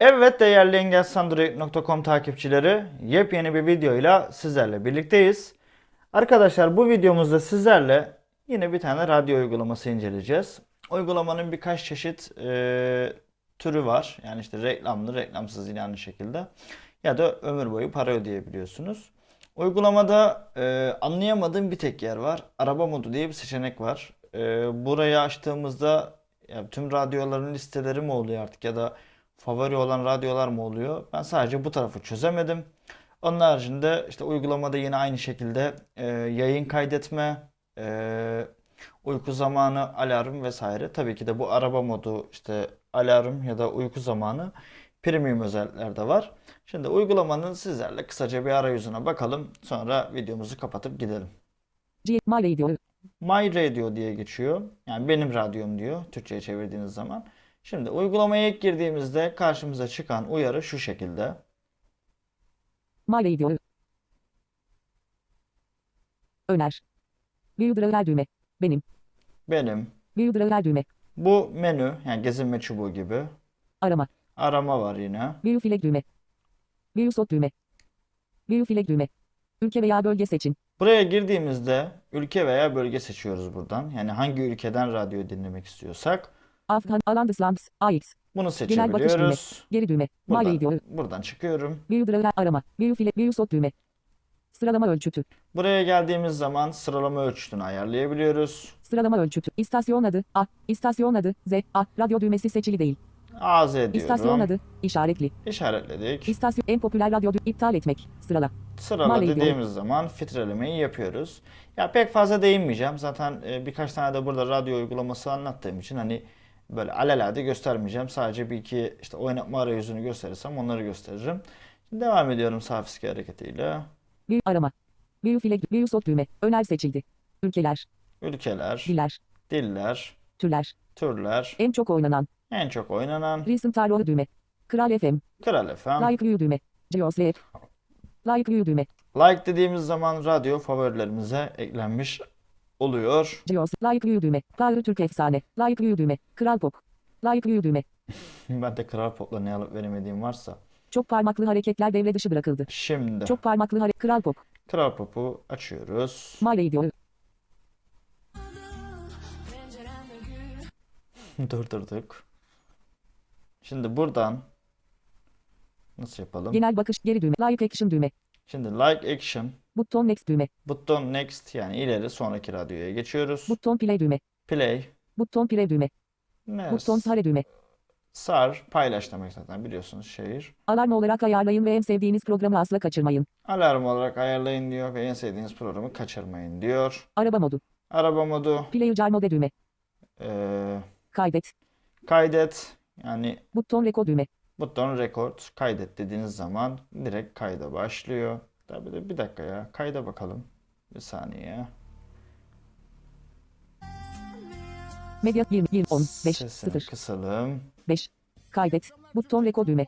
Evet değerli engelsandroid.com takipçileri yepyeni bir videoyla sizlerle birlikteyiz. Arkadaşlar bu videomuzda sizlerle yine bir tane radyo uygulaması inceleyeceğiz. Uygulamanın birkaç çeşit e, türü var. Yani işte reklamlı, reklamsız yine aynı şekilde. Ya da ömür boyu para ödeyebiliyorsunuz. Uygulamada e, anlayamadığım bir tek yer var. Araba modu diye bir seçenek var. E, burayı açtığımızda ya tüm radyoların listeleri mi oluyor artık ya da favori olan radyolar mı oluyor? Ben sadece bu tarafı çözemedim. Onun haricinde işte uygulamada yine aynı şekilde e, yayın kaydetme, e, uyku zamanı, alarm vesaire. Tabii ki de bu araba modu işte alarm ya da uyku zamanı premium özellikler de var. Şimdi uygulamanın sizlerle kısaca bir arayüzüne bakalım. Sonra videomuzu kapatıp gidelim. G My Radio. My Radio diye geçiyor. Yani benim radyom diyor Türkçe'ye çevirdiğiniz zaman. Şimdi uygulamaya ilk girdiğimizde karşımıza çıkan uyarı şu şekilde. My Radio. Öner. Builder öner düğme. Benim. Benim Builder öner düğme. bu menü yani gezinme çubuğu gibi Arama. arama var yine. View flag düğme. View sot düğme. View flag düğme. Ülke veya bölge seçin. Buraya girdiğimizde ülke veya bölge seçiyoruz buradan. Yani hangi ülkeden radyo dinlemek istiyorsak Afgan, Alandislands, AX. bunu Genel bakış düğme. seçebiliyoruz. Geri düğme. My Radio. Buradan, buradan çıkıyorum. Builder öner arama. View flag, view sot düğme. Sıralama ölçütü. Buraya geldiğimiz zaman sıralama ölçütünü ayarlayabiliyoruz. Sıralama ölçütü. İstasyon adı A. İstasyon adı Z. A. Radyo düğmesi seçili değil. AZ diyorum. İstasyon adı işaretli. İşaretledik. İstasyon en popüler radyo dü- iptal etmek. Sırala. Sırala Mali dediğimiz zaman filtrelemeyi yapıyoruz. Ya pek fazla değinmeyeceğim. Zaten e, birkaç tane de burada radyo uygulaması anlattığım için hani böyle alelade göstermeyeceğim. Sadece bir iki işte oynatma arayüzünü gösterirsem onları gösteririm. Şimdi devam ediyorum sağ fiske hareketiyle. Bir arama. View file view sot düğme. Öner seçildi. Ülkeler, Ülkeler, diller, diller, türler. türler, En çok oynanan. en çok oynanan, Recent Arrow düğme. Kral FM. Kral FM. Like View düğme. Geos Lab. Like View düğme. Like dediğimiz zaman radyo favorilerimize eklenmiş oluyor. Geos. Like View düğme. Tanrı Türk efsane. Like View düğme. Kral Pop. Like View düğme. Ben de Kral Pop'la ne alıp veremediğim varsa. Çok parmaklı hareketler devre dışı bırakıldı. Şimdi Çok parmaklı hareket. Kral Pop. Kral Pop'u açıyoruz. My Radio. Durdurduk. Şimdi buradan nasıl yapalım? Genel bakış. Geri düğme. Like Action düğme. Şimdi like action, Button Next düğme. button next yani ileri sonraki radyoya geçiyoruz. Button Play düğme. Play, Button Play düğme. ne? Button Hare düğme. Sar, paylaş demek zaten biliyorsunuz şehir. Alarm olarak ayarlayın ve en sevdiğiniz programı asla kaçırmayın. Alarm olarak ayarlayın diyor ve en sevdiğiniz programı kaçırmayın diyor. Araba modu. Araba modu, Player jar mode düğme. eee, Kaydet. kaydet yani Buton reko düğme. button record, kaydet dediğiniz zaman direkt kayda başlıyor. Tabii de bir dakika ya, kayda bakalım. Bir saniye. Medya 20 20 15 Sesini 0 kısalım. 5. Kaydet. Buton reko düğme.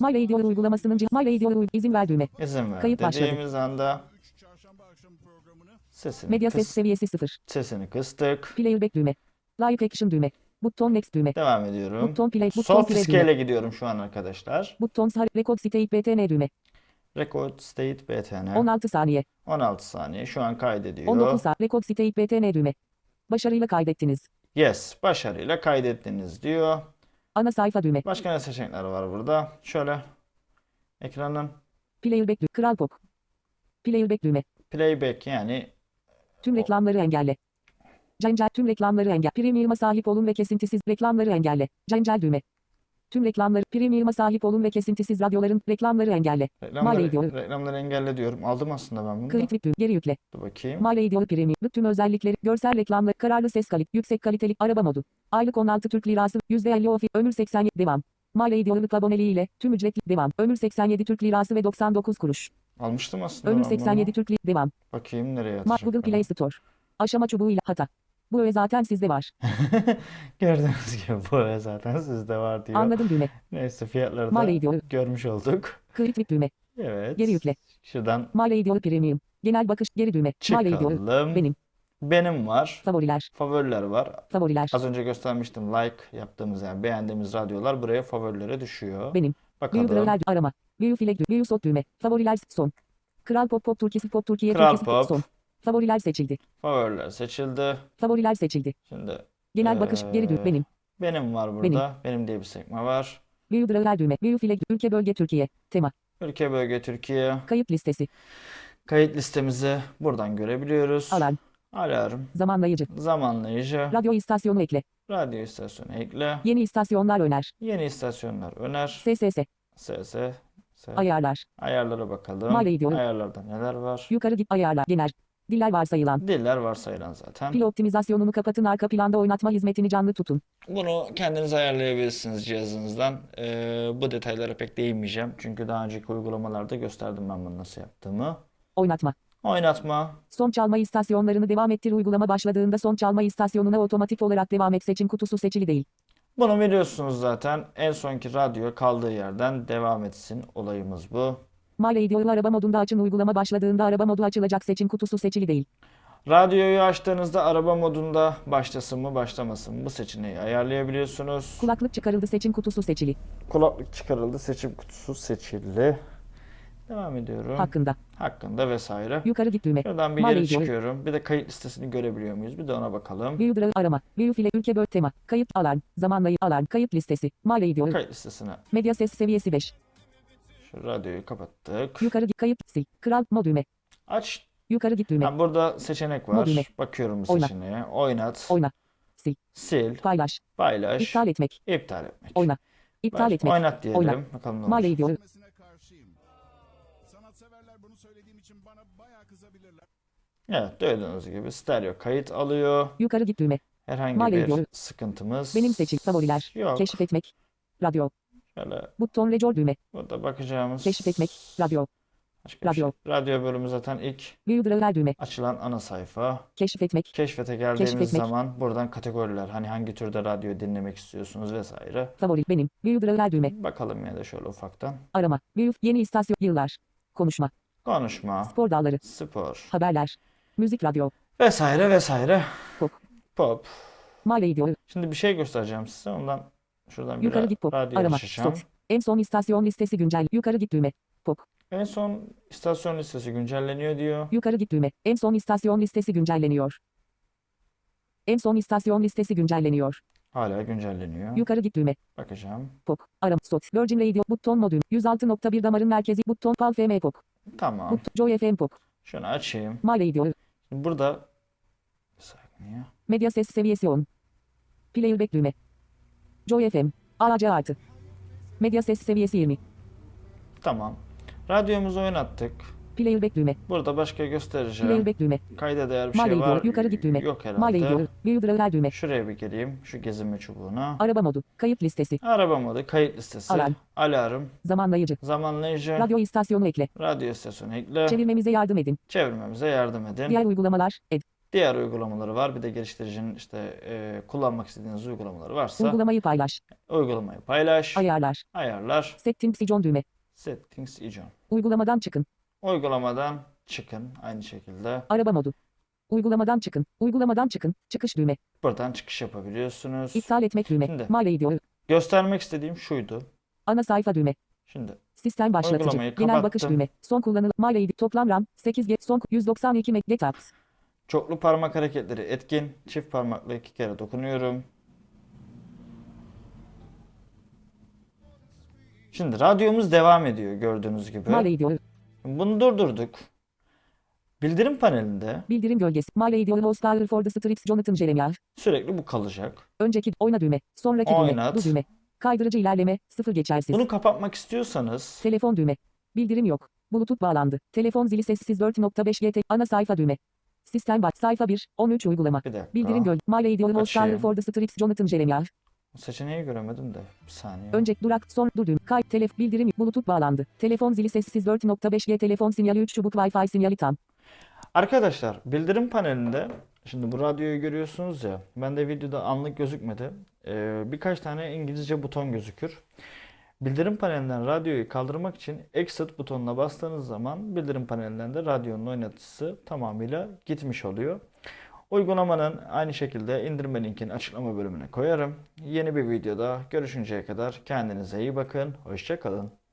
My Radio uygulamasının c- My Radio uy- izin ver düğme. İzin ver Kayıt başladı. dediğimiz anda sesini Medya kıs- ses seviyesi 0. sesini kıstık. Player back düğme. Live action düğme. Buton next düğme. Devam ediyorum. Buton play. Buton Soft play scale'e düğme. gidiyorum şu an arkadaşlar. Buton sar record site btn düğme. Record state btn. 16 saniye. 16 saniye. Şu an 19 kaydediyor. saniye. Record site btn düğme. Başarıyla kaydettiniz. Yes. Başarıyla kaydettiniz diyor. Ana sayfa düğme. Başka ne seçenekler var burada? Şöyle ekranın Player back düğme. Kral pop. Player back düğme. playback yani Tüm reklamları engelle. Cancel tüm reklamları engelle. Premium'a sahip olun ve kesintisiz reklamları engelle. Cancel düğme. Tüm reklamları premium'a sahip olun ve kesintisiz radyoların reklamları engelle. reklamları, ediyorum. reklamları engelle diyorum. Aldım aslında ben bunu da. Kayıt düğme. Geri yükle. Dur bakayım. My Radio Premium. Tüm özellikleri, görsel reklamlar, kararlı ses kalitesi, yüksek kaliteli araba modu. Aylık 16 Türk Lirası, %50 off, ömür 87, devam. My Radio'luk aboneliği ile tüm ücretli devam. Ömür 87 Türk Lirası ve 99 kuruş. Almıştım aslında Ömür ben bunu. 87 Türk Lirası devam. Bakayım nereye Ma- atacak Google beni. Play Store. Aşama çubuğu ile hata. Bu öğe zaten sizde var. Gördüğünüz gibi bu ara zaten sizde var diyor. Anladım düğme. Neyse fiyatları My da Radio. görmüş olduk. Kayıt düğme. Evet. Geri yükle. Şuradan My Radio Premium. Genel bakış geri düğme. My Radio. çıkalım. Benim. Benim var. Favoriler. Favoriler var. Favoriler. Az önce göstermiştim like yaptığımız yani beğendiğimiz radyolar buraya favorilere düşüyor. Benim. View Bakalım. Player arama. View flag düğme. View sot düğme. Favoriler son. Kral Pop Pop Türkisi Pop Türkiye Kral Türkisi Pop. son. Favoriler seçildi. Favoriler seçildi. Favoriler seçildi. Şimdi Genel bakış geri Ee, düğme. Benim. benim var burada. Benim diye bir sekme var. View Player düğme. View flag ülke bölge Türkiye. Tema. Ülke bölge Türkiye. Kayıt listesi. Kayıt listemizi buradan görebiliyoruz. Alarm. Alarm. Zamanlayıcı. Zamanlayıcı. Radyo istasyonu ekle. Radyo istasyonu ekle. Yeni istasyonlar öner. Yeni istasyonlar öner. SSS. SS. S- Ayarlar. Ayarlara bakalım. Mali video. Ayarlarda neler var? Yukarı git ayarlar. Genel. Diller varsayılan. Diller varsayılan zaten. Pil optimizasyonunu kapatın arka planda oynatma hizmetini canlı tutun. Bunu kendiniz ayarlayabilirsiniz cihazınızdan. Ee, bu detaylara pek değinmeyeceğim. Çünkü daha önceki uygulamalarda gösterdim ben bunu nasıl yaptığımı. Oynatma. Oynatma. Son çalma istasyonlarını devam ettir uygulama başladığında son çalma istasyonuna otomatik olarak devam et seçim kutusu seçili değil. Bunu biliyorsunuz zaten. En sonki radyo kaldığı yerden devam etsin olayımız bu. Mala idioğlu araba modunda açın uygulama başladığında araba modu açılacak seçim kutusu seçili değil. Radyoyu açtığınızda araba modunda başlasın mı başlamasın mı bu seçeneği ayarlayabiliyorsunuz. Kulaklık çıkarıldı seçim kutusu seçili. Kulaklık çıkarıldı, seçim kutusu seçildi. Devam ediyorum. Hakkında. Hakkında vesaire. Yukarı git düğme. Şuradan bir Mali geri video. çıkıyorum. Bir de kayıt listesini görebiliyor muyuz? Bir de ona bakalım. View Drive arama. View file ülke böl tema. Kayıt alarm. Zamanlayı alarm. Kayıt listesi. Mala idioğlu. Kayıt listesine Medya ses seviyesi 5. şu radyoyu kapattık. Yukarı git kayıt sil. Kral mod düğme. Aç. Yukarı git düğme. Ha, burada seçenek var. Modüle. Bakıyorum bu Oyna. seçeneğe. Oynat, Oyna. sil, Paylaş. paylaş, İptal etmek. iptal etmek. Oyna. İptal Var. etmek. Oynat diyelim. Oyna. Bakalım ne Mala olacak. idioğlu. Kesmesine karşıyım. Sanatseverler bunu söylediğim için bana bayağı kızabilirler. Evet, duyduğunuz gibi stereo kayıt alıyor. Yukarı git düğme. Herhangi Mali bir video. sıkıntımız Benim seçim favoriler. yok. Keşif etmek. Radyo. Şöyle Buton rejor düğme. burada bakacağımız Keşif etmek. Radyo. Başka bir şey- Radyo. Radyo bölümü zaten ilk View Drive düğme. açılan ana sayfa. Keşif etmek. Keşfete geldiğimiz etmek. zaman buradan kategoriler. Hani hangi türde radyo dinlemek istiyorsunuz vesaire. Favori benim. View Drive düğme. Bakalım ya da şöyle ufaktan. Arama. View yeni istasyon yıllar. Konuşma. Konuşma, Spor dalları. spor Haberler. Müzik radyo. vesaire vesaire. Pop. Pop. Mala idioğlu. Şimdi bir şey göstereceğim size. Ondan şuradan bir Yukarı ra- git pop. radyo Arama. açacağım. Stop. En son istasyon listesi güncel. Yukarı git düğme. Pop. En son istasyon listesi güncelleniyor diyor. Yukarı git düğme. En son istasyon listesi güncelleniyor. En son istasyon listesi güncelleniyor. Hala güncelleniyor. Yukarı git düğme. Bakacağım. Pop. Arama. Stot. Virgin Radio. Buton modül. 106.1 damarın merkezi. Buton. Pal FM Pop. Tamam. Buton. Joy FM Pop. Şunu açayım. My Radio. Şimdi burada bir saniye. Medya ses seviyesi 10. Playback düğme. Joy FM. AC artı. Medya ses seviyesi 20. Tamam. Radyomuzu oynattık. Playback düğme. Burada başka göstereceğim. Playback düğme. Kayda değer bir My şey Radio. var. Yukarı git düğme. Yok My herhalde. Radio. View Driver düğme. Şuraya bir gireyim. Şu gezinme çubuğuna. Araba modu. Kayıt listesi. Araba modu, kayıt listesi, Alarm. alarm, Zamanlayıcı. zamanlayıcı, Radyo istasyonu ekle. radyo istasyonu ekle. Çevirmemize yardım edin. Çevirmemize yardım edin. Diğer uygulamalar. Ed. Diğer uygulamaları var. Bir de geliştiricinin işte e, kullanmak istediğiniz uygulamaları varsa Uygulamayı paylaş. uygulamayı paylaş, Ayarlar. ayarlar, Settings ijon düğme. settings, icon. Uygulamadan çıkın. Uygulamadan çıkın aynı şekilde. Araba modu. Uygulamadan çıkın. Uygulamadan çıkın. Çıkış düğme. Buradan çıkış yapabiliyorsunuz. İptal etmek düğme. Şimdi. Mala ediyor. Göstermek istediğim şuydu. Ana sayfa düğme. Şimdi Sistem başlatıcı. Uygulamayı Genel bakış kapattım. düğme. Son kullanılan Mala ID. Toplam RAM 8 GB. Son 192 MB. Detox. çoklu parmak hareketleri etkin. Çift parmakla iki kere dokunuyorum. Şimdi radyomuz devam ediyor gördüğünüz gibi. Mala ID. Bunu durdurduk. Bildirim panelinde Bildirim gölgesi. Mala ID. Host Hour for the Strips. Jonathan Jeremiah. sürekli bu kalacak. Önceki oyna düğme. Sonraki Oynat. düğme. Bu düğme. Kaydırıcı ilerleme. Sıfır geçersiz. Bunu kapatmak istiyorsanız Telefon düğme. Bildirim yok. Bluetooth bağlandı. Telefon zili sessiz 4.5 GT. Ana sayfa düğme. Sistem baş. Sayfa 1. 13 uygulama. bir dakika. Bildirim göl. Mala ID. Host Açayım. Hour for the Strips. Jonathan Jeremiah. Seçeneği göremedim de. Bir saniye. Önce durak son dur düğüm kay telef bildirim bluetooth bağlandı. Telefon zili sessiz 4.5G telefon sinyali 3 çubuk Wi-Fi sinyali tam. Arkadaşlar bildirim panelinde şimdi bu radyoyu görüyorsunuz ya ben de videoda anlık gözükmedi. Ee, birkaç tane İngilizce buton gözükür. Bildirim panelinden radyoyu kaldırmak için exit butonuna bastığınız zaman bildirim panelinden de radyonun oynatısı tamamıyla gitmiş oluyor. Uygulamanın aynı şekilde indirme linkini açıklama bölümüne koyarım. Yeni bir videoda görüşünceye kadar kendinize iyi bakın. Hoşça kalın.